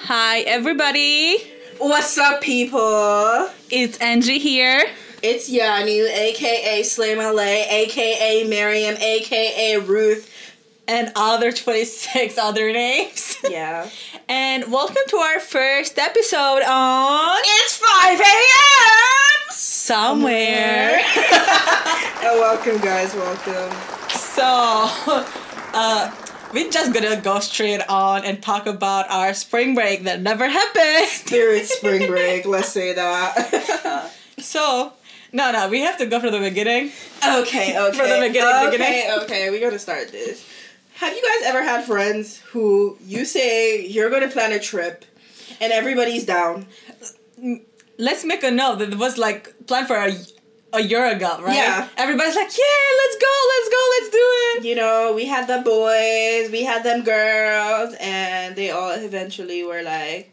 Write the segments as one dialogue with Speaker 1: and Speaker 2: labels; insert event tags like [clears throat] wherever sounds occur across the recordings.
Speaker 1: Hi, everybody.
Speaker 2: What's up, people?
Speaker 1: It's Angie here.
Speaker 2: It's Yanu, aka Slay Malay, aka Miriam, aka Ruth.
Speaker 1: And other 26 other names.
Speaker 2: Yeah.
Speaker 1: [laughs] and welcome to our first episode on
Speaker 2: It's 5 a.m.
Speaker 1: Somewhere.
Speaker 2: Oh, [laughs] welcome, guys. Welcome.
Speaker 1: [laughs] so, uh, we're just gonna go straight on and talk about our spring break that never happened. [laughs]
Speaker 2: Spirit spring break, let's say that. [laughs]
Speaker 1: So, no, no, we have to go from the beginning.
Speaker 2: okay, okay.
Speaker 1: From the beginning,
Speaker 2: okay,
Speaker 1: beginning.
Speaker 2: okay, we gotta start this. Have you guys ever had friends who you say you're gonna plan a trip and everybody's down?
Speaker 1: let's make a note that it was like planned for a, a year ago, right?
Speaker 2: Yeah.
Speaker 1: Everybody's like, yeah, let's go, let's go, let's do it.
Speaker 2: you know, we had the boys, we had them girls, and they all eventually were like,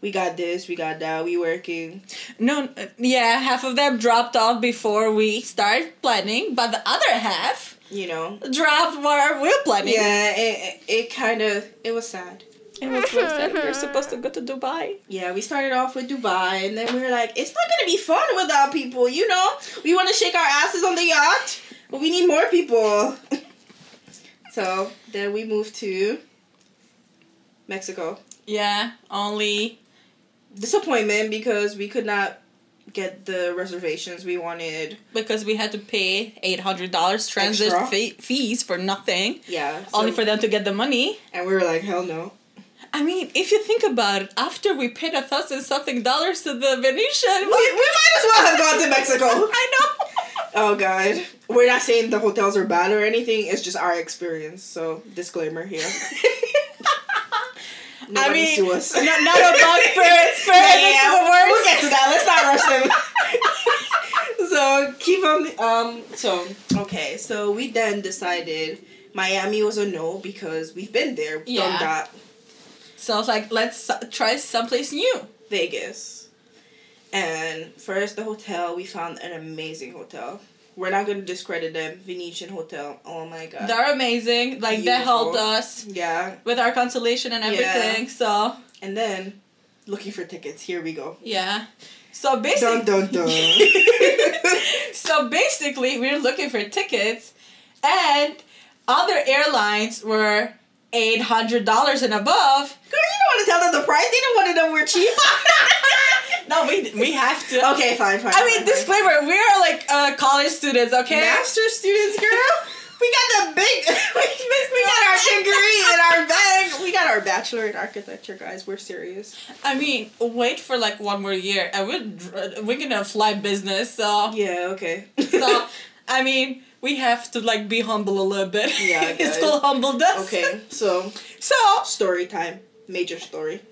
Speaker 2: we got this, we got that, we working.
Speaker 1: No, uh, yeah, half of them dropped off before we start planning, but the other half
Speaker 2: You know.
Speaker 1: dropped while we we're planning.
Speaker 2: Yeah, it, it, it kind of, it was sad.
Speaker 1: It was so sad. We were supposed to go to Dubai.
Speaker 2: Yeah, we started off with Dubai, and then we were like, it's not gonna be fun without people, you know? We wanna shake our asses on the yacht, but we need more people. [laughs] so, then we moved to Mexico.
Speaker 1: Yeah, only.
Speaker 2: Disappointment because we could not get the reservations we wanted.
Speaker 1: Because we had to pay eight hundred dollars transit
Speaker 2: Extra.
Speaker 1: fee- fees for nothing,
Speaker 2: Yeah.
Speaker 1: only
Speaker 2: so-
Speaker 1: for them to get the money.
Speaker 2: and we were like, hell no.
Speaker 1: I mean, if you think about it, after we paid a thousand something dollars to the Venetian,
Speaker 2: We, we might as well have gone to Mexico.
Speaker 1: [laughs] I know.
Speaker 2: [laughs]
Speaker 1: [laughs]
Speaker 2: oh god. We're not saying the hotels are bad or anything, it's just our experience. So disclaimer here. Nobody
Speaker 1: I mean,
Speaker 2: sue us.
Speaker 1: not,
Speaker 2: [laughs]
Speaker 1: not about spirit, spirit
Speaker 2: yeah,
Speaker 1: is the worst.
Speaker 2: we'll get to that. Let's not rush them. so [laughs] keep on um so okay, so we then decided Miami was a no because we've been there, done
Speaker 1: Yeah.
Speaker 2: that.
Speaker 1: So I was like, let's s- try someplace new.
Speaker 2: Vegas. And first, the hotel, we found an amazing hotel. We're not going to discredit them. Venetian Hotel. Oh my god.
Speaker 1: They're amazing. Like they
Speaker 2: Beautiful.
Speaker 1: helped us
Speaker 2: yeah.
Speaker 1: with our consolation and
Speaker 2: Yeah.
Speaker 1: everything. So
Speaker 2: And then, looking for tickets. Here we go.
Speaker 1: yeah. So
Speaker 2: Dun
Speaker 1: basically,
Speaker 2: dun [laughs] dun.
Speaker 1: [laughs] so basically, we were looking for tickets, and other airlines were eight hundred dollars and
Speaker 2: [laughs]
Speaker 1: above.
Speaker 2: Girl, you don't want to tell them the price. They don't want to know we're cheap. [laughs]
Speaker 1: No, we we have to.
Speaker 2: okay, fine, fine.
Speaker 1: I
Speaker 2: fine,
Speaker 1: mean, disclaimer: we are like uh, college students, okay?
Speaker 2: fine. master students, girl. We got the big. [laughs] we got our degree in our bag. We got our bachelor in architecture, guys. We're serious.
Speaker 1: I mean, wait for like one more year, and we're dr- we're gonna fly business. So,
Speaker 2: Yeah. Okay.
Speaker 1: so I mean, we have to like be humble a little bit.
Speaker 2: Yeah, guys.
Speaker 1: [laughs] it's called humble
Speaker 2: [laughs]
Speaker 1: us.
Speaker 2: Okay, so
Speaker 1: So
Speaker 2: story time, major story.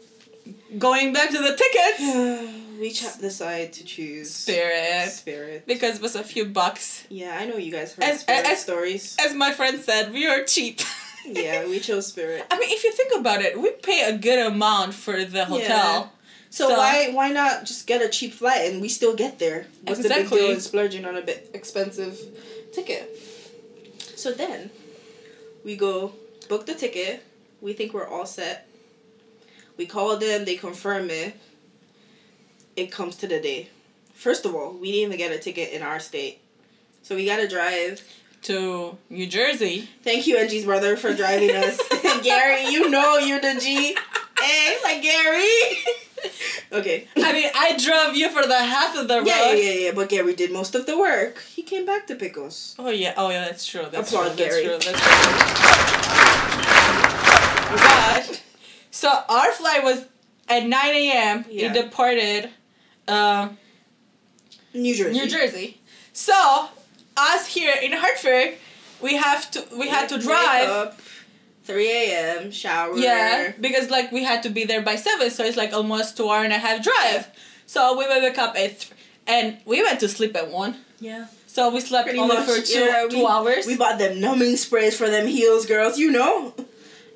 Speaker 1: going back to the tickets,
Speaker 2: [sighs] we ch- decide to choose
Speaker 1: spirit,
Speaker 2: Spirit.
Speaker 1: because it was a few bucks.
Speaker 2: Yeah, I know you guys heard
Speaker 1: As-
Speaker 2: spirit
Speaker 1: as-
Speaker 2: stories.
Speaker 1: As my friend said, we are cheap. [laughs]
Speaker 2: yeah, we chose spirit.
Speaker 1: I mean, if you think about it, we pay a good amount for the hotel.
Speaker 2: So,
Speaker 1: So-
Speaker 2: why why not just get a cheap flight and we still get there? What's the big
Speaker 1: Exactly.
Speaker 2: deal in splurging on a bit expensive ticket? So then, we go book the ticket. We think we're all set. We call them. They confirm it. It comes to the day. First of all, we didn't even get a ticket in our state, so we gotta drive.
Speaker 1: To New Jersey.
Speaker 2: Thank you, Angie's brother, for driving
Speaker 1: [laughs]
Speaker 2: us. [laughs] Gary, you know you're the G. Hey, like Gary. [laughs] okay.
Speaker 1: [laughs] I mean, I drove you for the half of the road.
Speaker 2: Yeah, yeah, yeah, yeah. But Gary did most of the work. He came back to pick us.
Speaker 1: Oh yeah, oh yeah, that's true. That's
Speaker 2: Applaud
Speaker 1: true,
Speaker 2: Gary.
Speaker 1: That's true. That's true. But so our flight was at nine a.m.
Speaker 2: Yeah.
Speaker 1: It departed uh,
Speaker 2: New Jersey.
Speaker 1: New Jersey. So us here in Hartford, we have to we had to
Speaker 2: Wake
Speaker 1: drive.
Speaker 2: up, 3 a.m., shower.
Speaker 1: Yeah, because like we had to be there by seven, so it's like almost two hour and a half drive. So we wake up at th- and we went to sleep at one.
Speaker 2: Yeah.
Speaker 1: So we slept
Speaker 2: Pretty
Speaker 1: only
Speaker 2: much,
Speaker 1: for two
Speaker 2: yeah,
Speaker 1: two hours.
Speaker 2: We bought them numbing sprays for them heels, girls. You know.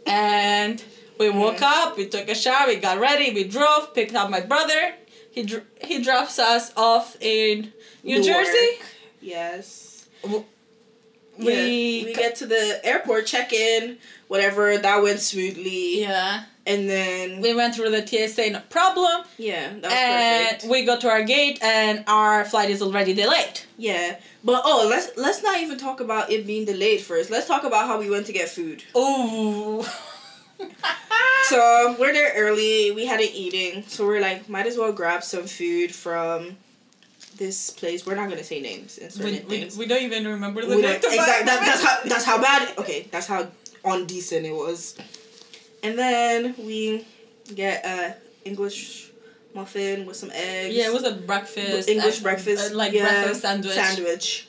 Speaker 1: and we woke up, we took a shower, we got ready, we drove, picked up my brother. He dr- he drops us off in New
Speaker 2: Newark.
Speaker 1: Jersey.
Speaker 2: Yes.
Speaker 1: W-
Speaker 2: Yeah,
Speaker 1: We,
Speaker 2: we get to the airport check in. whatever. That went smoothly.
Speaker 1: Yeah.
Speaker 2: And then
Speaker 1: We went through the TSA, no problem.
Speaker 2: yeah, that was
Speaker 1: And
Speaker 2: perfect.
Speaker 1: we go to our gate, and our flight is already delayed.
Speaker 2: Yeah. But oh, let's let's not even talk about it being delayed first. Let's talk about how we went to get food. [laughs]
Speaker 1: Ooh.
Speaker 2: So we're there early. We hadn't eating, so we're like, might as well grab some food from this place. We're not gonna say names and certain
Speaker 1: we, we,
Speaker 2: things.
Speaker 1: we don't even remember the
Speaker 2: We
Speaker 1: name.
Speaker 2: don't- exact- that- that's how that's how bad. Okay, that's how undecent it was. And then we get a English muffin with some eggs.
Speaker 1: [laughs] Yeah, it was a breakfast.
Speaker 2: English
Speaker 1: and-
Speaker 2: breakfast,
Speaker 1: uh, like
Speaker 2: yeah,
Speaker 1: breakfast sandwich.
Speaker 2: Sandwich,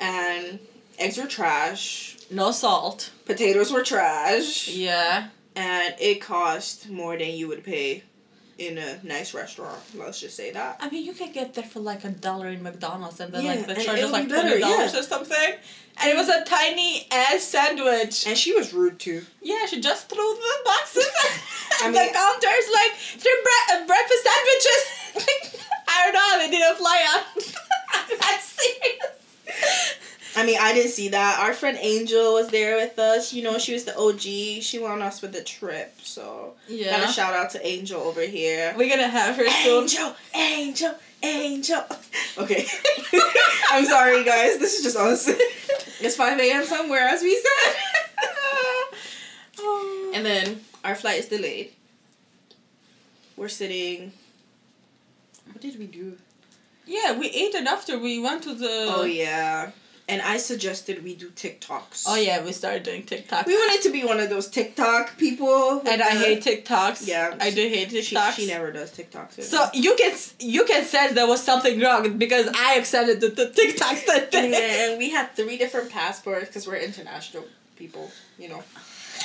Speaker 2: and eggs were trash.
Speaker 1: No salt.
Speaker 2: Potatoes were trash.
Speaker 1: Yeah.
Speaker 2: and it cost more than you would pay in a nice restaurant. Let's just say that.
Speaker 1: I mean, you can get there for like a dollar in McDonald's, and then
Speaker 2: Yeah,
Speaker 1: like the
Speaker 2: and
Speaker 1: charge is
Speaker 2: it'll
Speaker 1: like
Speaker 2: be better,
Speaker 1: twenty dollars
Speaker 2: yeah.
Speaker 1: or something. And it was a tiny ass sandwich.
Speaker 2: And she was rude too.
Speaker 1: Yeah, she just threw the boxes at
Speaker 2: [laughs] I
Speaker 1: the
Speaker 2: mean-
Speaker 1: counters like three bre- uh, breakfast sandwiches. [laughs] like, I don't know how they didn't fly out. [laughs] I'm serious.
Speaker 2: I mean, I didn't see that. Our friend Angel was there with us. You know, she was the OG. She won us with the trip. So, got
Speaker 1: Yeah.
Speaker 2: a shout out to Angel over here.
Speaker 1: We're gonna have her soon.
Speaker 2: Angel, Angel, Angel. Okay. [laughs] I'm sorry, guys. This is just us. [laughs] it's 5 a.m. somewhere, as we [laughs] said. [laughs] And then our flight is delayed. We're sitting. What did we do?
Speaker 1: yeah, we ate it after we went to the.
Speaker 2: Oh yeah. And I suggested we do TikToks.
Speaker 1: Oh yeah, we started doing TikTok.
Speaker 2: We wanted to be one of those TikTok people.
Speaker 1: and I hate TikToks.
Speaker 2: Yeah.
Speaker 1: I do hate
Speaker 2: She,
Speaker 1: TikToks.
Speaker 2: she never does TikToks. with
Speaker 1: so [laughs]
Speaker 2: me.
Speaker 1: you can s- you can sense there was something wrong because I accepted the, the TikToks that
Speaker 2: [laughs] and
Speaker 1: day. [laughs]
Speaker 2: then we had three different passports because we're international people, you know.
Speaker 1: [laughs]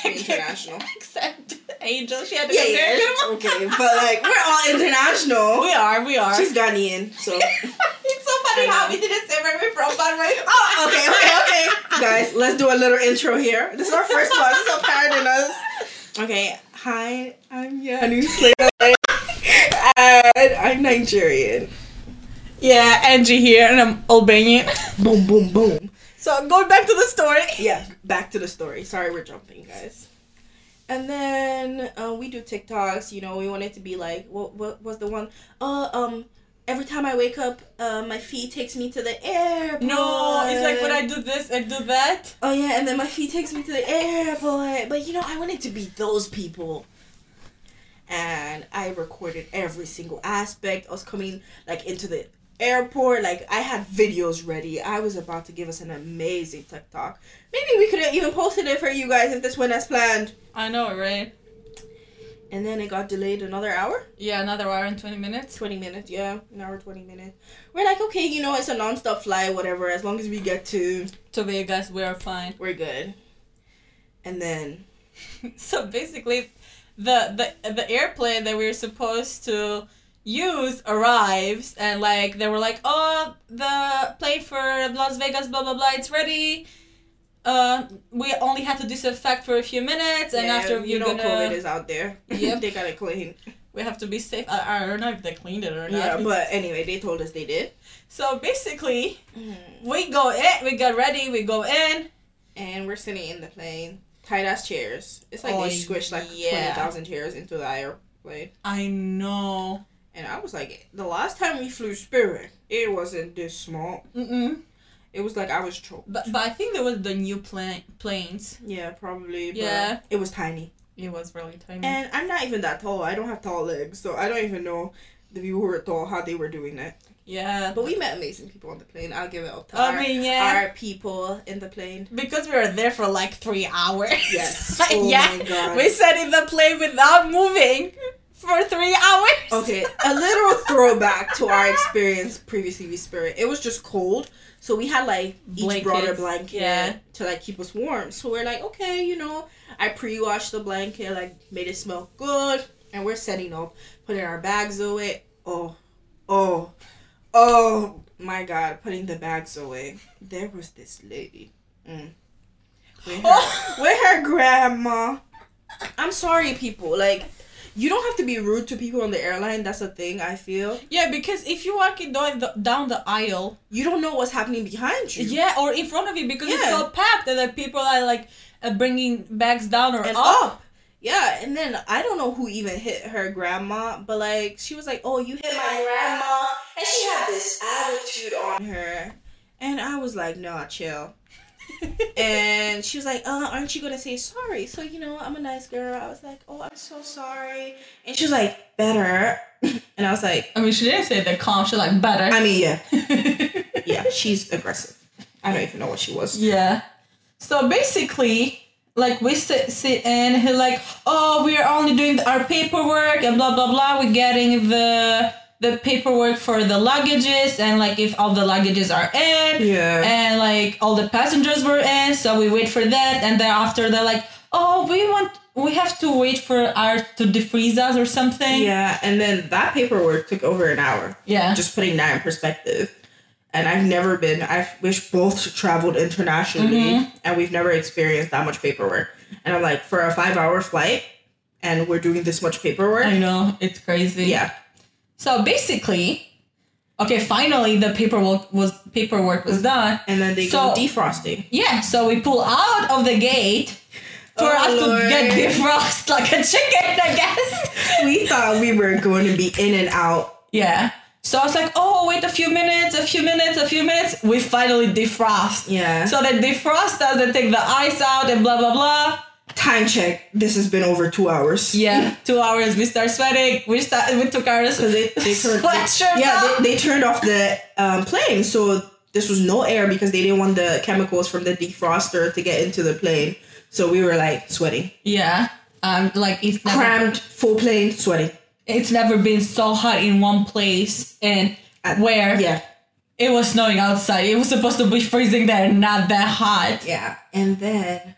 Speaker 1: I
Speaker 2: International.
Speaker 1: Except [laughs] Angel, she had to
Speaker 2: Yeah,
Speaker 1: go
Speaker 2: yeah.
Speaker 1: there.
Speaker 2: [laughs] okay, but like we're all international.
Speaker 1: [laughs] we are, we are.
Speaker 2: She's Ghanaian, so
Speaker 1: [laughs] it's so funny
Speaker 2: I
Speaker 1: how
Speaker 2: know.
Speaker 1: we didn't say where we're from, but we're
Speaker 2: Oh, okay, okay, okay. Guys, let's do a little intro here. This is our first one, so pardon us. Okay, hi, I'm Yanu Slade, [laughs] and I'm Nigerian.
Speaker 1: Yeah, Angie here, and I'm Albanian.
Speaker 2: [laughs] Boom, boom, boom.
Speaker 1: So going back to the story.
Speaker 2: [laughs] Yeah, back to the story. Sorry, we're jumping, guys. And then uh, we do TikToks. You know, we wanted to be like, what, what was the one? Uh, um, every time I wake up, uh, my feet takes me to the airport.
Speaker 1: No, it's like when I do this and do that.
Speaker 2: Oh yeah, and then my feet takes me to the airport. But you know, I wanted to be those people. And I recorded every single aspect. I was coming like into the airport. Like I had videos ready. I was about to give us an amazing TikTok. Maybe we could have even posted it for you guys if this went as planned.
Speaker 1: I know, right?
Speaker 2: And then it got delayed another hour.
Speaker 1: Yeah, another hour and twenty minutes.
Speaker 2: 20 minutes, yeah. An hour, 20 minutes. We're like, okay, you know, it's a non-stop flight, whatever. As long as we get to,
Speaker 1: To Vegas, we are fine.
Speaker 2: we're good. And then
Speaker 1: [laughs] so basically the, the the airplane that we were supposed to use arrives and like they were like oh the plane for las vegas blah blah blah it's ready uh, we only had to disinfect for a few minutes and
Speaker 2: Yeah,
Speaker 1: after
Speaker 2: you
Speaker 1: you're
Speaker 2: know
Speaker 1: gonna
Speaker 2: COVID is out there. [laughs]
Speaker 1: Yep.
Speaker 2: they gotta clean.
Speaker 1: we have to be safe I, I don't know if they cleaned it [laughs] or not
Speaker 2: Yeah, but anyway, they told us they did.
Speaker 1: so basically we go in we got ready we go in
Speaker 2: And we're sitting in the plane, tight ass chairs. It's like
Speaker 1: Oh,
Speaker 2: they squished like
Speaker 1: yeah.
Speaker 2: twenty thousand chairs into the airplane.
Speaker 1: i know
Speaker 2: And I was like, the last time we flew Spirit, it wasn't this small.
Speaker 1: Mm-mm.
Speaker 2: It was like I was choked.
Speaker 1: But, but i think there was the new plane planes
Speaker 2: Yeah, probably. But
Speaker 1: Yeah.
Speaker 2: it was tiny.
Speaker 1: it was really tiny
Speaker 2: Mm-hmm. And I'm not even that tall. I don't have tall legs, so I don't even know the people who were tall how they were doing that.
Speaker 1: yeah
Speaker 2: But we met amazing people on the plane. I'll give it up to
Speaker 1: i
Speaker 2: our,
Speaker 1: mean Oh, yeah
Speaker 2: our people in the plane.
Speaker 1: Because we were there for like three hours.
Speaker 2: Yes.
Speaker 1: [laughs] Like,
Speaker 2: Oh
Speaker 1: yeah.
Speaker 2: my God.
Speaker 1: We sat in the plane without moving for three hours.
Speaker 2: Okay,
Speaker 1: [laughs]
Speaker 2: a literal throwback to our experience previously with Spirit. It was just cold, so we had like each brought a
Speaker 1: Blankets,
Speaker 2: blanket
Speaker 1: yeah.
Speaker 2: to like keep us warm. So we're like, okay, you know, I pre-washed the blanket, like made it smell good, and we're setting up, putting our bags away. Oh, oh, oh my God, putting the bags away. There was this lady. Mm. With
Speaker 1: Oh,
Speaker 2: her- with her grandma. I'm sorry, people. Like, you don't have to be rude to people on the airline. That's a thing I feel.
Speaker 1: yeah, because if you're walking down the, down the aisle,
Speaker 2: You don't know what's happening behind you.
Speaker 1: yeah, or in front of you because it's
Speaker 2: Yeah.
Speaker 1: so packed that the people are like, uh, bringing bags down or
Speaker 2: and
Speaker 1: up.
Speaker 2: up. Yeah, and then I don't know who even hit her grandma, but like she was like, "Oh, you hit my grandma," and she had this attitude on her, and I was like, "Nah, [laughs] chill." and she was like, "Uh, aren't you gonna say sorry?" So you know, I'm a nice girl. I was like, "Oh, I'm so sorry," and she was like, "Better," [laughs] and I was like,
Speaker 1: I mean, she didn't say they're calm. She's like better.
Speaker 2: "I mean, yeah,
Speaker 1: [laughs]
Speaker 2: yeah, she's aggressive. I don't even know what she was."
Speaker 1: yeah. So basically, like we sit, sit and he's like, oh, we are only doing our paperwork and blah blah blah. We're getting the the paperwork for the luggages and like if all the luggages are in.
Speaker 2: Yeah,
Speaker 1: and like all the passengers were in so we wait for that and then after they're like oh we want we have to wait for our to defreeze us or something
Speaker 2: yeah, and then that paperwork took over an hour.
Speaker 1: yeah
Speaker 2: just putting that in perspective and i've never been i've we've both traveled internationally
Speaker 1: Mhm.
Speaker 2: and we've never experienced that much paperwork and i'm like for a five hour flight and we're doing this much paperwork
Speaker 1: i know it's crazy
Speaker 2: yeah
Speaker 1: so basically okay finally the paperwork was paperwork was done
Speaker 2: and then they
Speaker 1: So-
Speaker 2: go defrosting
Speaker 1: yeah so we pull out of the gate for
Speaker 2: Oh,
Speaker 1: us to get [laughs]
Speaker 2: Lord.
Speaker 1: defrost like a chicken i guess
Speaker 2: we thought we were going to be in and out
Speaker 1: yeah so i was like oh wait a few minutes a few minutes a few minutes we finally defrost
Speaker 2: yeah so
Speaker 1: So they defrost us, they take the ice out and blah blah blah.
Speaker 2: time check this has been over two hours
Speaker 1: Yeah, two hours. We start sweating. We start. We took our
Speaker 2: because they, [laughs] they
Speaker 1: [laughs]
Speaker 2: turned
Speaker 1: sweatshirts
Speaker 2: yeah
Speaker 1: off.
Speaker 2: they, they turned off the um, plane so this was no air because they didn't want the chemicals from the defroster to get into the plane so we were like sweating
Speaker 1: yeah. Um, like it's never,
Speaker 2: crammed full plane sweating
Speaker 1: it's never been so hot in one place and
Speaker 2: At-
Speaker 1: where
Speaker 2: yeah
Speaker 1: it was snowing outside. It was supposed to be freezing there, not that hot.
Speaker 2: yeah and then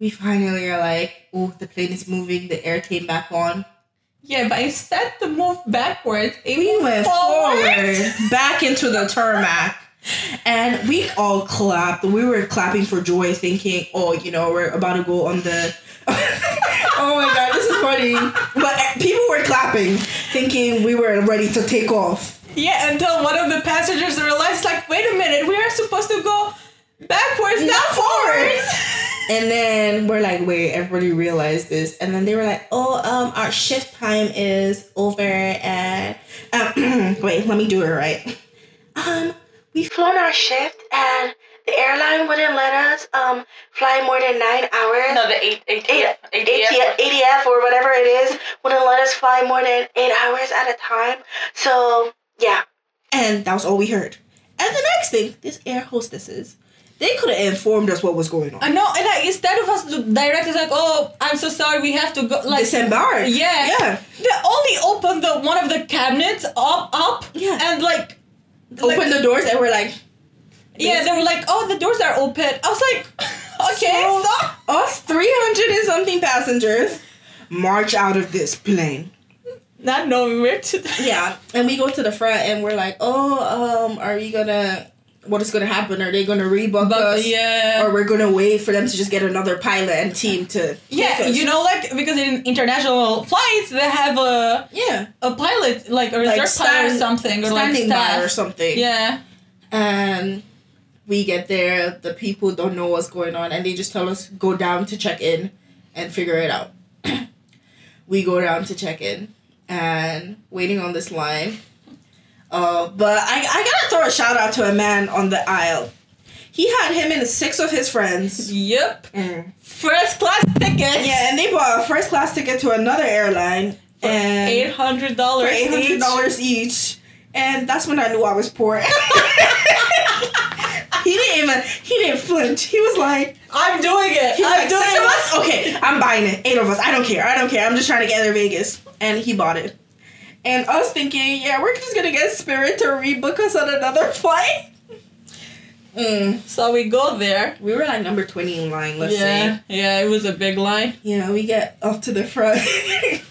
Speaker 2: we finally are like oh the plane is moving the air came back on
Speaker 1: Yeah, but instead to move backwards, it
Speaker 2: we
Speaker 1: moved
Speaker 2: went
Speaker 1: forward.
Speaker 2: forward back into the tarmac and we all clapped we were clapping for joy thinking oh you know we're about to go on the [laughs] oh my god this is funny but people were clapping thinking we were ready to take off
Speaker 1: Yeah, until one of the passengers realized, like, wait a minute, we are supposed to go backwards, not,
Speaker 2: Not forwards.
Speaker 1: forwards.
Speaker 2: and then we're like wait everybody realized this and then they were like oh um our shift time is over and um, [clears throat] wait let me do it right um
Speaker 3: We've flown our shift and the airline wouldn't let us um fly more than nine hours.
Speaker 4: [laughs] No, the eight, eight, eight, eight, eight,
Speaker 3: ATF, ADF or whatever it is wouldn't let us fly more than eight hours at a time. So yeah,
Speaker 2: And that was all we heard. And the next thing, these air hostesses, they could have informed us what was going on.
Speaker 1: I know, Uh, and like, instead of us to direct, it's like, oh, I'm so sorry, we have to go. Like,
Speaker 2: Disembark.
Speaker 1: yeah,
Speaker 2: Yeah.
Speaker 1: They only opened the one of the cabinets up, up,
Speaker 2: Yeah.
Speaker 1: and like,
Speaker 2: Open the doors and we're like,
Speaker 1: yeah, they were like, oh, the doors are open. I was like, [laughs] okay,
Speaker 2: So-
Speaker 1: so-
Speaker 2: us 300 and something passengers march out of this plane.
Speaker 1: not knowing where to. [laughs]
Speaker 2: Yeah. And we go to the front and we're like, oh, um, are we gonna, what is gonna happen? Are they gonna rebook
Speaker 1: But
Speaker 2: us?
Speaker 1: yeah,
Speaker 2: Or we're gonna wait for them to just get another pilot and team to.
Speaker 1: yeah,
Speaker 2: take us?
Speaker 1: you know, like because in international flights they have a
Speaker 2: Yeah.
Speaker 1: a pilot, like a reserve pilot or
Speaker 2: stand-
Speaker 1: something, or like
Speaker 2: Standing by
Speaker 1: staff.
Speaker 2: or something.
Speaker 1: Yeah,
Speaker 2: and Um, we get there the people don't know what's going on and they just tell us go down to check in and figure it out [clears throat] we go down to check in and waiting on this line uh, but I, I gotta throw a shout out to a man on the aisle he had him and six of his friends
Speaker 1: yep, first class tickets.
Speaker 2: yeah and they bought a first class ticket to another airline and
Speaker 1: eight hundred dollars.
Speaker 2: for eight hundred dollars each, and that's when I knew I was poor. [laughs] he didn't even he didn't flinch. He was like,
Speaker 1: I'm doing it.
Speaker 2: he was
Speaker 1: I'm
Speaker 2: like,
Speaker 1: doing
Speaker 2: six of
Speaker 1: it.
Speaker 2: us, okay, I'm buying it. Eight of us, I don't care, I don't care. I'm just trying to get to Vegas, and he bought it. And us thinking, yeah, we're just gonna get Spirit to rebook us on another [laughs] flight. Mm.
Speaker 1: So we go there.
Speaker 2: We were like number twenty in line. Let's
Speaker 1: yeah,
Speaker 2: say.
Speaker 1: yeah, it was a big line.
Speaker 2: Yeah, we get up to the front, [laughs]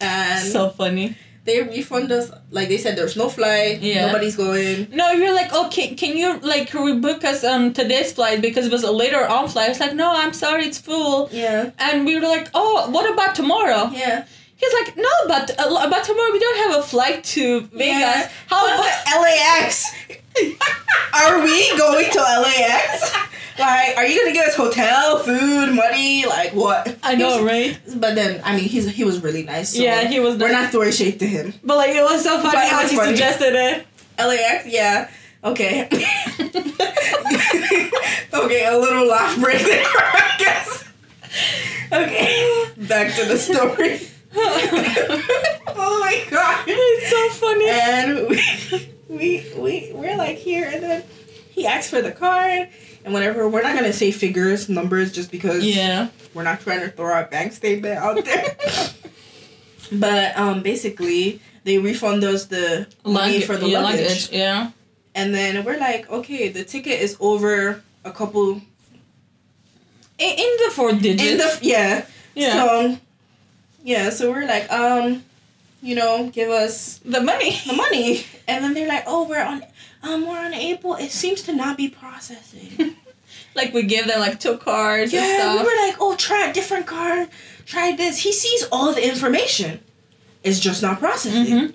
Speaker 2: and
Speaker 1: so funny.
Speaker 2: they refund us. Like they said, there's no flight.
Speaker 1: Yeah.
Speaker 2: Nobody's going.
Speaker 1: No, you're like, okay, can you like rebook us on today's flight because it was a later on flight? It's like, no, I'm sorry, it's full.
Speaker 2: Yeah.
Speaker 1: And we were like, oh, what about tomorrow?
Speaker 2: Yeah.
Speaker 1: He's like, no, but uh, about tomorrow we don't have a flight to Vegas.
Speaker 2: Yeah.
Speaker 1: Oh, How about
Speaker 2: LAX? Are we going to LAX? Like, are you gonna give us hotel, food, money? Like, what?
Speaker 1: I know, right?
Speaker 2: But then, I mean, he's he was really nice. so
Speaker 1: Yeah, he was
Speaker 2: We're
Speaker 1: nice.
Speaker 2: not throwing shade to him.
Speaker 1: But like it was so funny
Speaker 2: But it
Speaker 1: how
Speaker 2: was
Speaker 1: she
Speaker 2: funny.
Speaker 1: suggested it. [laughs]
Speaker 2: LAX, yeah. Okay. [laughs] okay, a little laugh break there, I guess. Okay, back to the story. [laughs] oh my god.
Speaker 1: It's so funny.
Speaker 2: And we, [laughs] we we we're like here, and then he asks for the card and whatever. We're not gonna say figures, numbers, just
Speaker 1: [laughs]
Speaker 2: because
Speaker 1: yeah.
Speaker 2: we're not trying to throw our bank statement
Speaker 1: [laughs]
Speaker 2: out there. but um, basically, they refund us the money
Speaker 1: Luggage
Speaker 2: for the
Speaker 1: yeah,
Speaker 2: luggage.
Speaker 1: Yeah.
Speaker 2: And then we're like, okay, the ticket is over a couple
Speaker 1: In, in the four digits.
Speaker 2: in the yeah.
Speaker 1: yeah.
Speaker 2: So um, yeah, so we're like, um, you know, give us
Speaker 1: the
Speaker 2: [laughs]
Speaker 1: money.
Speaker 2: the money. And then they're like, oh, we're on um we're unable. It seems to not be processing.
Speaker 1: Like we give them like two cards and
Speaker 2: yeah, we
Speaker 1: stuff.
Speaker 2: were like, oh, try a different card, try this. He sees all the information. It's just not processing.
Speaker 1: Mhm.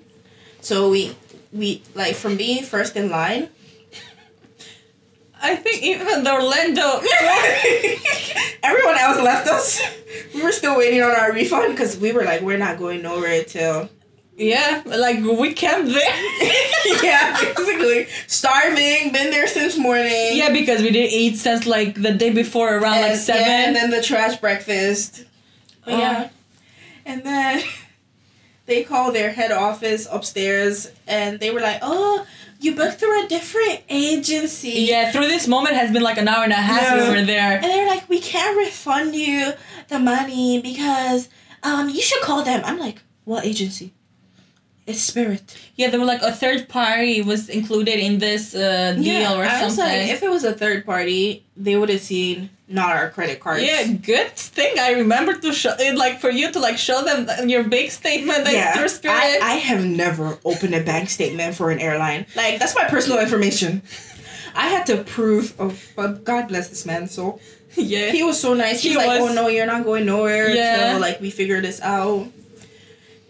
Speaker 2: So we we like from being first in line
Speaker 1: [laughs] I think even the Orlando [laughs]
Speaker 2: Everyone else left us. We were still waiting on our refund because we were like, we're not going nowhere till. [laughs]
Speaker 1: Yeah, like we camped there.
Speaker 2: [laughs] yeah,
Speaker 1: [laughs]
Speaker 2: basically. Starving, been there since morning.
Speaker 1: yeah, because we didn't eat since like the day before around
Speaker 2: and,
Speaker 1: like seven.
Speaker 2: yeah, and then the trash breakfast. But
Speaker 1: Oh.
Speaker 2: yeah. And then [laughs] they called their head office upstairs and they were like, oh, you booked through a different agency.
Speaker 1: Yeah, through this moment has been like an hour and a half
Speaker 2: Yeah.
Speaker 1: we were there.
Speaker 2: And they're like, we can't refund you the money because um, you should call them. I'm like, what agency? It's Spirit.
Speaker 1: Yeah, they were like a third party was included in this uh, deal or
Speaker 2: I was
Speaker 1: something.
Speaker 2: like, if it was a third party, they would have seen not our credit cards.
Speaker 1: yeah, good thing I remember to show it like for you to like show them th- your big
Speaker 2: [laughs]
Speaker 1: statement that's
Speaker 2: Yeah,
Speaker 1: through
Speaker 2: I,
Speaker 1: Spirit.
Speaker 2: I have never opened a bank statement for an airline. Like that's my personal information. I had to prove. Oh, but God bless this man. So
Speaker 1: [laughs] yeah.
Speaker 2: he was so nice. He's
Speaker 1: He
Speaker 2: like,
Speaker 1: was-
Speaker 2: oh no, you're not going nowhere.
Speaker 1: Yeah.
Speaker 2: till, like we figure this out.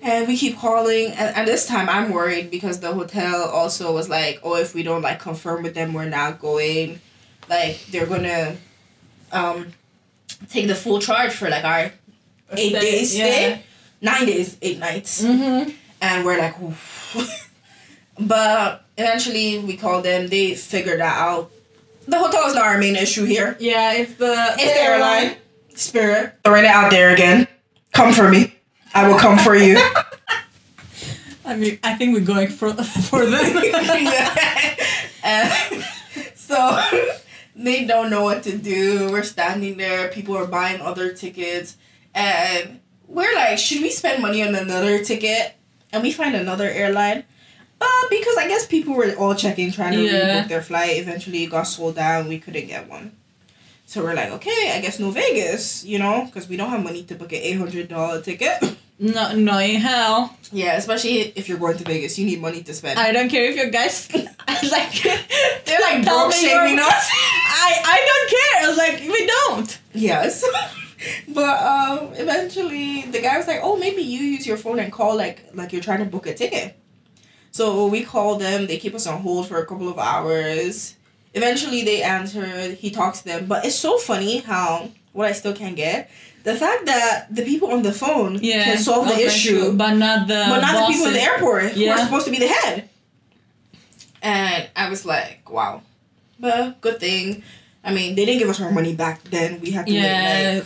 Speaker 2: And we keep calling, and, and this time I'm worried because the hotel also was like, oh, if we don't like confirm with them, we're not going. Like they're gonna, um, take the full charge for like our eight
Speaker 1: Stay,
Speaker 2: days
Speaker 1: yeah.
Speaker 2: stay, nine days, eight nights,
Speaker 1: Mm-hmm.
Speaker 2: and we're like, oof. [laughs] but eventually we called them. They figured that out. The hotel is not our main issue here.
Speaker 1: Yeah, it's the
Speaker 2: It's the airline. Spirit. Throwing it out there again. Come for me. I will come for you.
Speaker 1: I mean, I think we're going for [laughs] for
Speaker 2: [laughs]
Speaker 1: them.
Speaker 2: And so they don't know what to do. We're standing there. People are buying other tickets. And we're like, should we spend money on another ticket? And we find another airline. Uh, because I guess people were all checking, trying to
Speaker 1: Yeah.
Speaker 2: rebook their flight. Eventually, it got sold out. and We couldn't get one. So we're like, okay, I guess no Vegas, you know, because we don't have money to book an $800 ticket.
Speaker 1: [laughs] no, no, in hell.
Speaker 2: yeah, especially if you're going to Vegas, you need money to spend.
Speaker 1: I don't care if you guys [laughs] like
Speaker 2: They're like
Speaker 1: tell
Speaker 2: broke
Speaker 1: me your-
Speaker 2: shaming us.
Speaker 1: [laughs] I I don't care. I was like, we don't.
Speaker 2: Yes. [laughs] but um eventually the guy was like, Oh, maybe you use your phone and call like like you're trying to book a ticket. So we called them, they keep us on hold for a couple of hours. Eventually they answered, he talks to them. But it's so funny how what I still can't get, the fact that the people on the phone
Speaker 1: Yeah,
Speaker 2: can solve the
Speaker 1: okay,
Speaker 2: issue.
Speaker 1: but not the
Speaker 2: But not the people in the
Speaker 1: bosses.
Speaker 2: airport who are
Speaker 1: Yeah.
Speaker 2: supposed to be the head. And I was like, wow. But good thing. I mean, they didn't give us our money back then. We had to wait.
Speaker 1: Yeah,
Speaker 2: Like,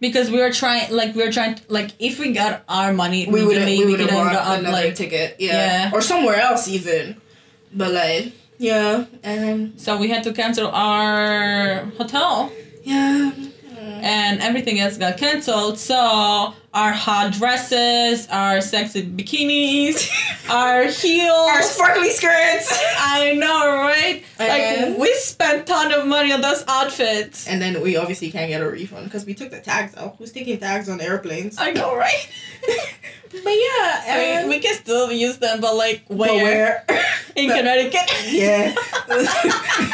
Speaker 1: because we were trying, like we were trying, to, like if we got our money,
Speaker 2: we would have
Speaker 1: maybe
Speaker 2: we would have
Speaker 1: could've
Speaker 2: bought
Speaker 1: got,
Speaker 2: another
Speaker 1: like,
Speaker 2: ticket. Yeah.
Speaker 1: yeah.
Speaker 2: Or somewhere else even. But like, yeah. And
Speaker 1: So we had to cancel our hotel,
Speaker 2: yeah. Mm.
Speaker 1: and everything else got canceled. So our hot dresses, our sexy bikinis, [laughs] our heels.
Speaker 2: Our sparkly skirts.
Speaker 1: I know, right?
Speaker 2: And-
Speaker 1: Like we spent ton of money on those outfits.
Speaker 2: And then we obviously can't get a refund because we took the tags out. Who's taking tags on airplanes?
Speaker 1: I know, right?
Speaker 2: [laughs] But yeah,
Speaker 1: I mean, we can still use them, but like where?
Speaker 2: but where? [laughs]
Speaker 1: In
Speaker 2: But-
Speaker 1: Connecticut? [laughs] Oh
Speaker 2: Yeah. [laughs]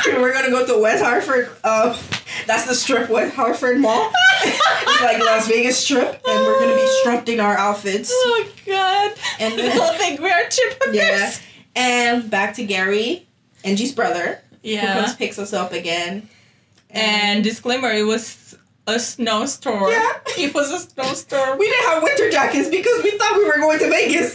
Speaker 2: We're gonna go to West Hartford. Uh, that's the strip, West Hartford Mall. [laughs] it's like Las Vegas Strip, and we're gonna be strutting our outfits.
Speaker 1: Oh God! [laughs]
Speaker 2: And-
Speaker 1: And people think we are chippers.
Speaker 2: Yeah. And back to Gary, Angie's brother, who
Speaker 1: Yeah.
Speaker 2: comes picks us up again.
Speaker 1: And disclaimer, it was a snowstorm.
Speaker 2: Yeah.
Speaker 1: [laughs] It was a snowstorm.
Speaker 2: We didn't have winter jackets because we thought we were going
Speaker 1: [laughs]
Speaker 2: to Vegas.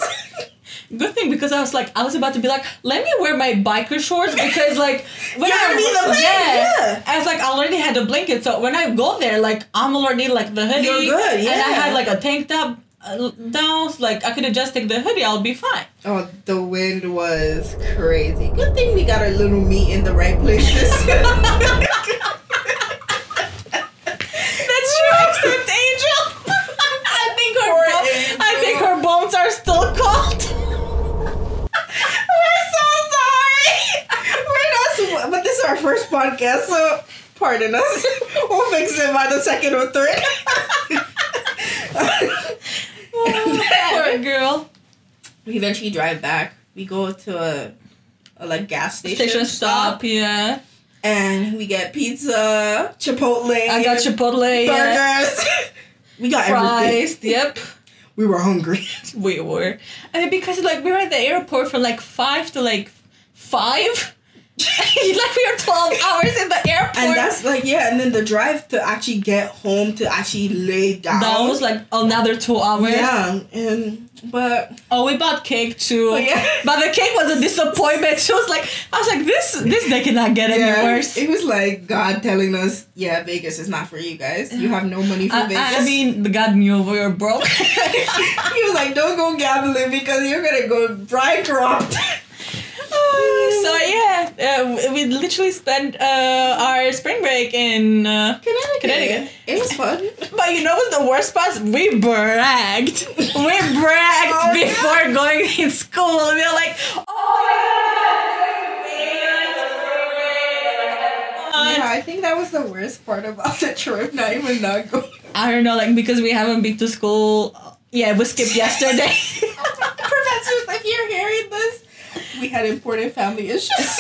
Speaker 1: Good thing because I was like, I was about to be like, let me wear my biker shorts because
Speaker 2: [laughs]
Speaker 1: like when
Speaker 2: You
Speaker 1: I
Speaker 2: gotta be in the plane, yeah.
Speaker 1: I was like, I already had a blanket, so when I go there, like I'm already like the hoodie.
Speaker 2: You're good,
Speaker 1: And I
Speaker 2: yeah.
Speaker 1: had like a tank top uh, down, so, like I could have just take the hoodie, I'll be
Speaker 2: [laughs]
Speaker 1: fine.
Speaker 2: oh, the wind was crazy. Good thing we got our little meat in the right places. [laughs]
Speaker 1: That's true, except Angel. [laughs] I think her
Speaker 2: Poor
Speaker 1: bo- I
Speaker 2: Angel.
Speaker 1: think her bones are still
Speaker 2: [laughs]
Speaker 1: cold.
Speaker 2: We're so sorry. We're not, su- but this is our first podcast, so pardon us. We'll fix it by the second or third. [laughs]
Speaker 1: Poor girl.
Speaker 2: we eventually drive back. We go to a, a like gas station,
Speaker 1: Station stop, yeah.
Speaker 2: and we get pizza, Chipotle.
Speaker 1: I got Chipotle. Yeah.
Speaker 2: burgers. [laughs] we got everything.
Speaker 1: Fries, yep.
Speaker 2: We were hungry. [laughs]
Speaker 1: We were. And because like we were at the airport from like five to like five. [laughs] like we were twelve hours in the airport.
Speaker 2: And that's like yeah, and then the drive to actually get home to actually lay down.
Speaker 1: that was like another two hours.
Speaker 2: yeah, and but
Speaker 1: Oh, we bought cake too.
Speaker 2: Oh, yeah.
Speaker 1: But the cake was a disappointment. She was like, I was like, this this day cannot get any
Speaker 2: yeah,
Speaker 1: worse.
Speaker 2: it was like God telling us, yeah, Vegas is not for you guys. You have no money for
Speaker 1: Uh, I,
Speaker 2: Vegas.
Speaker 1: I mean, God knew we were broke. [laughs]
Speaker 2: [laughs] he was like, don't go gambling because you're gonna go
Speaker 1: [laughs]
Speaker 2: bankrupt.
Speaker 1: Oh, so yeah, uh, we- we literally spent uh, our spring break in uh,
Speaker 2: Connecticut.
Speaker 1: Connecticut.
Speaker 2: It was fun.
Speaker 1: But you know what's the worst part? We bragged. We bragged
Speaker 2: Oh, yeah.
Speaker 1: before going [laughs] in school. We were like, oh my god,
Speaker 2: yeah, I think that was the worst part about the trip. Not even not going.
Speaker 1: I don't know, like because we haven't been to school. Yeah, we skipped yesterday.
Speaker 2: Professors, if you're hearing this, we had important family issues.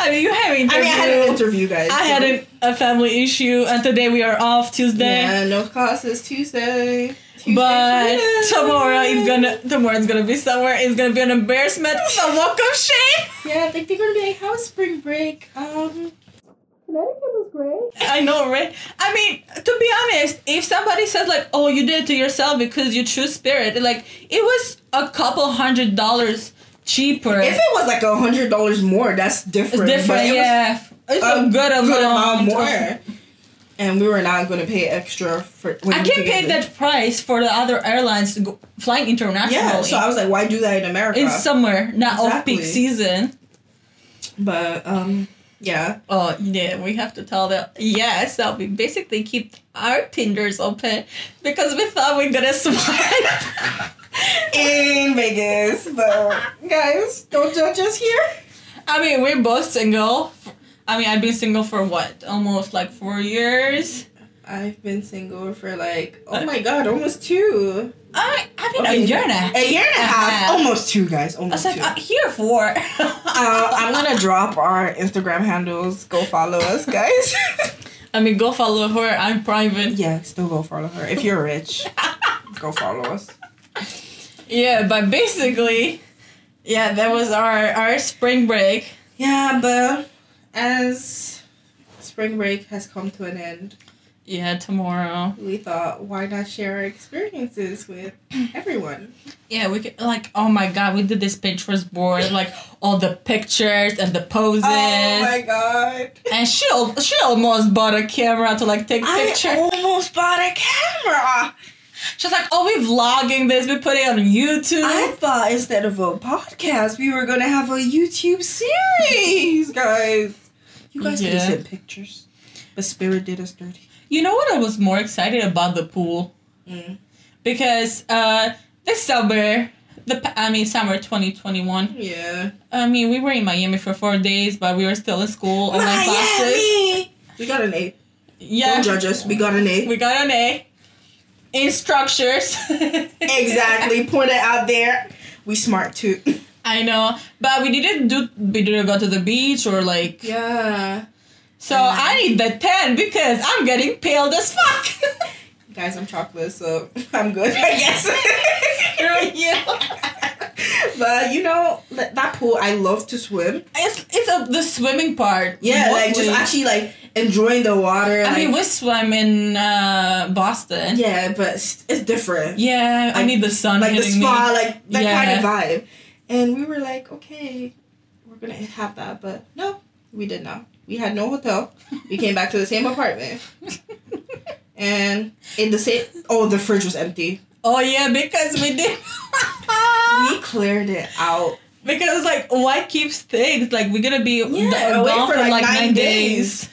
Speaker 1: I mean, you have interview.
Speaker 2: [laughs] [laughs] I mean, I had an interview, guys.
Speaker 1: I
Speaker 2: so-
Speaker 1: had a, a family issue, and today we are off Tuesday.
Speaker 2: Yeah, no classes Tuesday. Tuesday
Speaker 1: But
Speaker 2: freedom.
Speaker 1: tomorrow is gonna tomorrow is gonna be somewhere. It's gonna be an embarrassment, a walk of shame.
Speaker 2: Yeah, like they're gonna be like, how was spring break? Um, Connecticut was great.
Speaker 1: I know, right? I mean, to be honest, if somebody says like, "Oh, you did it to yourself because you choose spirit," like it was a couple hundred dollars cheaper.
Speaker 2: If it was like a hundred dollars more, that's
Speaker 1: it's
Speaker 2: different. but
Speaker 1: different,
Speaker 2: it was
Speaker 1: yeah. It's
Speaker 2: a
Speaker 1: a good amount, of-
Speaker 2: more. And we were not gonna pay extra for. when
Speaker 1: I
Speaker 2: we
Speaker 1: can't
Speaker 2: took
Speaker 1: pay
Speaker 2: it.
Speaker 1: that price for the other airlines to go, flying internationally.
Speaker 2: Yeah, so I was like, why do that in America?
Speaker 1: in summer, not off peak
Speaker 2: Exactly.
Speaker 1: season.
Speaker 2: but um, yeah,
Speaker 1: Oh yeah, we have to tell them. Yes, that we basically keep our Tinders open because we thought we're gonna [laughs] survive.
Speaker 2: in Vegas. But guys, don't judge us here.
Speaker 1: I mean, we're both single. I mean, I've been single for what, almost like four years.
Speaker 2: I've been single for like oh my god, almost two.
Speaker 1: I, I mean,
Speaker 2: Okay.
Speaker 1: a year and a half.
Speaker 2: A year and a half. Almost two guys.
Speaker 1: I was
Speaker 2: Almost
Speaker 1: like,
Speaker 2: two.
Speaker 1: uh, here for. [laughs]
Speaker 2: Uh, I'm gonna drop our Instagram handles. Go follow us, [laughs] guys.
Speaker 1: I mean, go follow her. I'm private.
Speaker 2: yeah, still go follow her. If you're rich, go follow us.
Speaker 1: Yeah, but basically, yeah, that was our our spring break.
Speaker 2: Yeah, but as spring break has come to an end,
Speaker 1: Yeah, tomorrow.
Speaker 2: we thought why not share our experiences with everyone?
Speaker 1: Yeah, we could, like oh my god, we did this Pinterest board, like all the pictures and the poses,
Speaker 2: Oh my god.
Speaker 1: and she al- she almost bought a camera to like take pictures.
Speaker 2: almost bought a camera.
Speaker 1: She's like, oh, we vlogging this, we put it on YouTube.
Speaker 2: I thought instead of a podcast, we were gonna have a YouTube series, guys. You guys could have
Speaker 1: Yeah.
Speaker 2: sent pictures, but Spirit did us dirty.
Speaker 1: you know what? I was more excited about the pool
Speaker 2: Mm.
Speaker 1: because uh this summer, the pa- I mean summer twenty twenty one.
Speaker 2: Yeah.
Speaker 1: I mean we were in Miami for four days, but we were still in school online classes.
Speaker 2: We got an A.
Speaker 1: Yeah,
Speaker 2: Don't judge us. We got an A.
Speaker 1: we got an A in structures. [laughs]
Speaker 2: [laughs] exactly. Point it out there. We smart too.
Speaker 1: I know, but we didn't do. We didn't go to the beach or like.
Speaker 2: Yeah.
Speaker 1: So I need the ten because I'm getting pale as fuck. [laughs]
Speaker 2: Guys, I'm chocolate, so [laughs] I'm good. I [laughs] guess. [laughs] but you know that that pool, I love to swim.
Speaker 1: It's it's a, the swimming part.
Speaker 2: Yeah, like just
Speaker 1: mostly.
Speaker 2: actually like enjoying the water.
Speaker 1: I
Speaker 2: like,
Speaker 1: mean, we swam in uh, Boston.
Speaker 2: yeah, but it's it's different.
Speaker 1: Yeah, I
Speaker 2: Like-
Speaker 1: need the sun
Speaker 2: like the
Speaker 1: hitting [laughs]
Speaker 2: spa, like that
Speaker 1: Yeah.
Speaker 2: kind of vibe. And we were like, okay, we're gonna have that, but no, we did not. We had no hotel. We came back to the same apartment,
Speaker 1: me.
Speaker 2: and in the same, oh, the fridge was empty.
Speaker 1: oh yeah, because we did.
Speaker 2: [laughs] We cleared it out.
Speaker 1: because like, why keep things? Like we're gonna be
Speaker 2: Yeah,
Speaker 1: da-
Speaker 2: away
Speaker 1: gone
Speaker 2: for,
Speaker 1: for
Speaker 2: like,
Speaker 1: like
Speaker 2: nine
Speaker 1: nine days.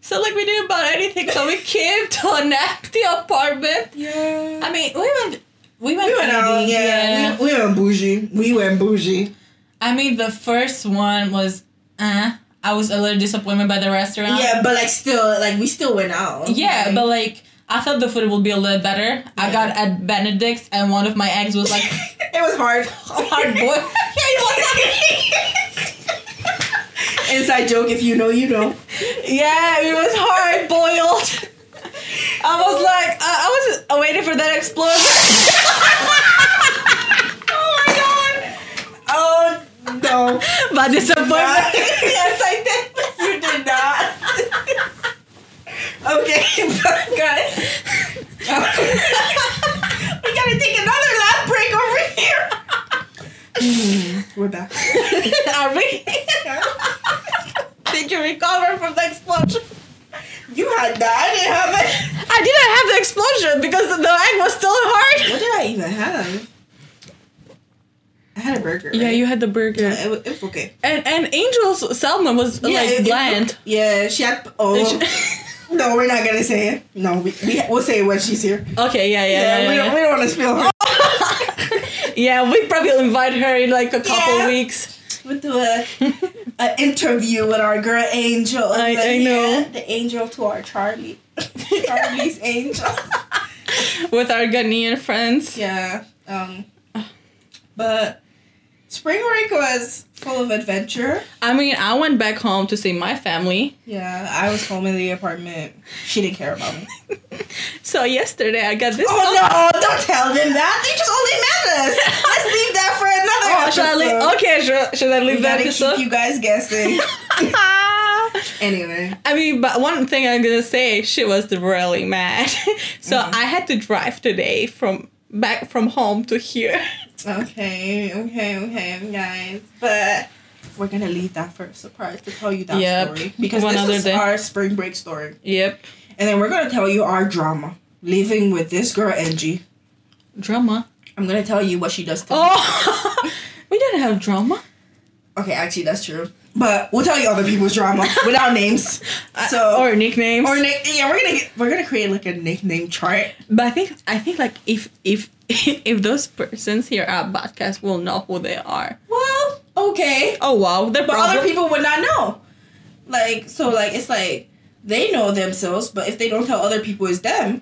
Speaker 1: So like we didn't buy anything. So
Speaker 2: [laughs]
Speaker 1: we came to an empty apartment.
Speaker 2: Yeah.
Speaker 1: I mean, we went. We went,
Speaker 2: we went out,
Speaker 1: eating,
Speaker 2: yeah. We, we went bougie. We went bougie.
Speaker 1: I mean, the first one was, uh, I was a little disappointed by the restaurant.
Speaker 2: Yeah, but like still, like we still went out.
Speaker 1: Yeah,
Speaker 2: Like,
Speaker 1: but like I thought the food would be a little better. I
Speaker 2: Yeah.
Speaker 1: got at Benedict's and one of my eggs was like
Speaker 2: it was hard. [laughs]
Speaker 1: hard boiled.
Speaker 2: Inside joke. If you know, you know.
Speaker 1: yeah, it was hard boiled. I was like, uh, I was waiting for that [laughs] explosion.
Speaker 2: Oh my god. Oh no.
Speaker 1: but [laughs] disappointment.
Speaker 2: yes, I did. You did not. [laughs] okay, [laughs] but guys. we gotta take another lap break over
Speaker 1: [laughs]
Speaker 2: here. we're back. [laughs]
Speaker 1: Are we? Did you recover from the explosion?
Speaker 2: You had that. I didn't have it.
Speaker 1: I didn't have the explosion because the egg was still hard.
Speaker 2: What did I even have? I had a burger.
Speaker 1: Yeah,
Speaker 2: right?
Speaker 1: you had the burger.
Speaker 2: Yeah, it was, it was okay.
Speaker 1: And and Angel's Selma was like
Speaker 2: it- it-
Speaker 1: bland.
Speaker 2: yeah, she had. Oh, no, we're not gonna say it. No, we, we we'll say it when she's here.
Speaker 1: [laughs] okay, yeah, yeah, yeah.
Speaker 2: we
Speaker 1: yeah,
Speaker 2: don't, we don't want to spill her.
Speaker 1: yeah. Yeah, we probably invite her in like a couple
Speaker 2: Yeah.
Speaker 1: weeks. [laughs]
Speaker 2: We'll do a, a interview with our girl Angel.
Speaker 1: I-
Speaker 2: Yeah,
Speaker 1: I know.
Speaker 2: the angel to our Charlie. [laughs] Charlie's angel. [laughs]
Speaker 1: With our Ghanaian friends.
Speaker 2: Yeah. Um. But spring break was full of adventure.
Speaker 1: I mean, I went back home to see my family.
Speaker 2: Yeah, I was home in the apartment. She didn't care about me.
Speaker 1: So yesterday I got this. [laughs]
Speaker 2: [laughs] Oh no! Don't tell them that. They just only met us. [laughs] Let's leave that for another
Speaker 1: Oh, should I
Speaker 2: episode.
Speaker 1: leave? Okay, should, should I leave
Speaker 2: We
Speaker 1: that
Speaker 2: gotta
Speaker 1: episode?
Speaker 2: keep you guys guessing. [laughs] anyway.
Speaker 1: [laughs] I mean, but one thing I'm gonna say, she was really mad. [laughs] so
Speaker 2: Mm.
Speaker 1: I had to drive today from back from home to here. [laughs]
Speaker 2: Okay, okay, okay, guys. But we're gonna leave that for a surprise to tell you that
Speaker 1: Yep.
Speaker 2: story because
Speaker 1: One
Speaker 2: this
Speaker 1: other
Speaker 2: is
Speaker 1: day.
Speaker 2: our spring break story,
Speaker 1: Yep.
Speaker 2: and then we're gonna tell you our drama living with this girl Angie.
Speaker 1: Drama.
Speaker 2: I'm gonna tell you what she does. To
Speaker 1: Oh, [laughs] we didn't have drama.
Speaker 2: me. okay, actually that's true. But we'll tell you other people's
Speaker 1: [laughs]
Speaker 2: drama without names. So
Speaker 1: or nicknames.
Speaker 2: or nick- yeah, we're gonna get, we're gonna create like a nickname chart.
Speaker 1: but I think I think like if if [laughs] if those persons here at podcast will know who they are.
Speaker 2: Well, okay.
Speaker 1: Oh wow, they're
Speaker 2: But other
Speaker 1: probably-
Speaker 2: people would not know. Like so, like it's like they know themselves, but if they don't tell other people, it's them.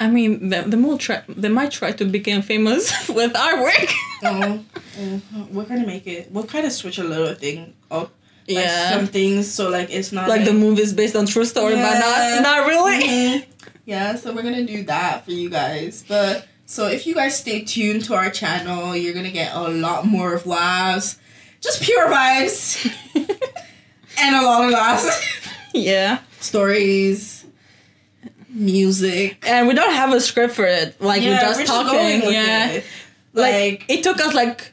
Speaker 1: I mean, they, they will try. They might try to become famous [laughs] with our
Speaker 2: [laughs]
Speaker 1: work.
Speaker 2: Oh, oh, we're gonna make it. We'll kind of switch a little thing up, like
Speaker 1: yeah.
Speaker 2: some things, so like it's not
Speaker 1: Like the
Speaker 2: [laughs]
Speaker 1: movies based on true story,
Speaker 2: Yeah.
Speaker 1: but not not really.
Speaker 2: Mhm. Yeah, so we're gonna do that for you guys. But so if you guys stay tuned to our channel, you're gonna get a lot more of laughs, just pure vibes, [laughs] and a lot of laughs,
Speaker 1: [laughs]
Speaker 2: [laughs]
Speaker 1: yeah.
Speaker 2: stories, music.
Speaker 1: And we don't have a script for it. Like we're just talking.
Speaker 2: going with
Speaker 1: yeah.
Speaker 2: it.
Speaker 1: Like,
Speaker 2: Like.
Speaker 1: it took us like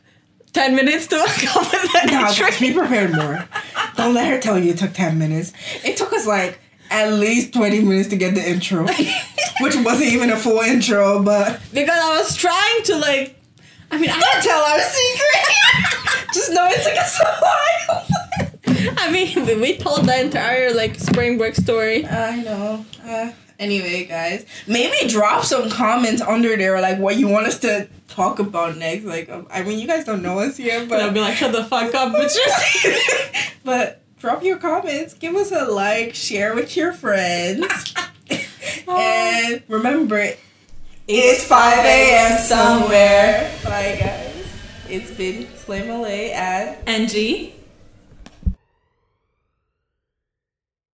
Speaker 1: ten minutes to [laughs] come up with that
Speaker 2: [laughs] No,
Speaker 1: intro.
Speaker 2: guys, be prepared more. Don't let her tell you it took 10 minutes. It took us like at least 20 minutes to get the [laughs] intro, which wasn't even a full intro, but
Speaker 1: because I was trying to like. I mean, I
Speaker 2: tell our secret. [laughs] Just know it took us a while.
Speaker 1: [laughs] I mean, we- we told the entire like spring break story.
Speaker 2: [laughs] I know. Uh, anyway, guys, maybe drop some comments under there, like what you want us to talk about next. Like, um, I mean, you guys don't know us yet,
Speaker 1: But I'll
Speaker 2: but
Speaker 1: be like, shut the fuck up, bitches.
Speaker 2: Um, [laughs] but drop your comments, give us a like, share with your friends. and remember, it's 5 a.m. somewhere. Bye, guys. It's been Slay Malay and
Speaker 1: Angie.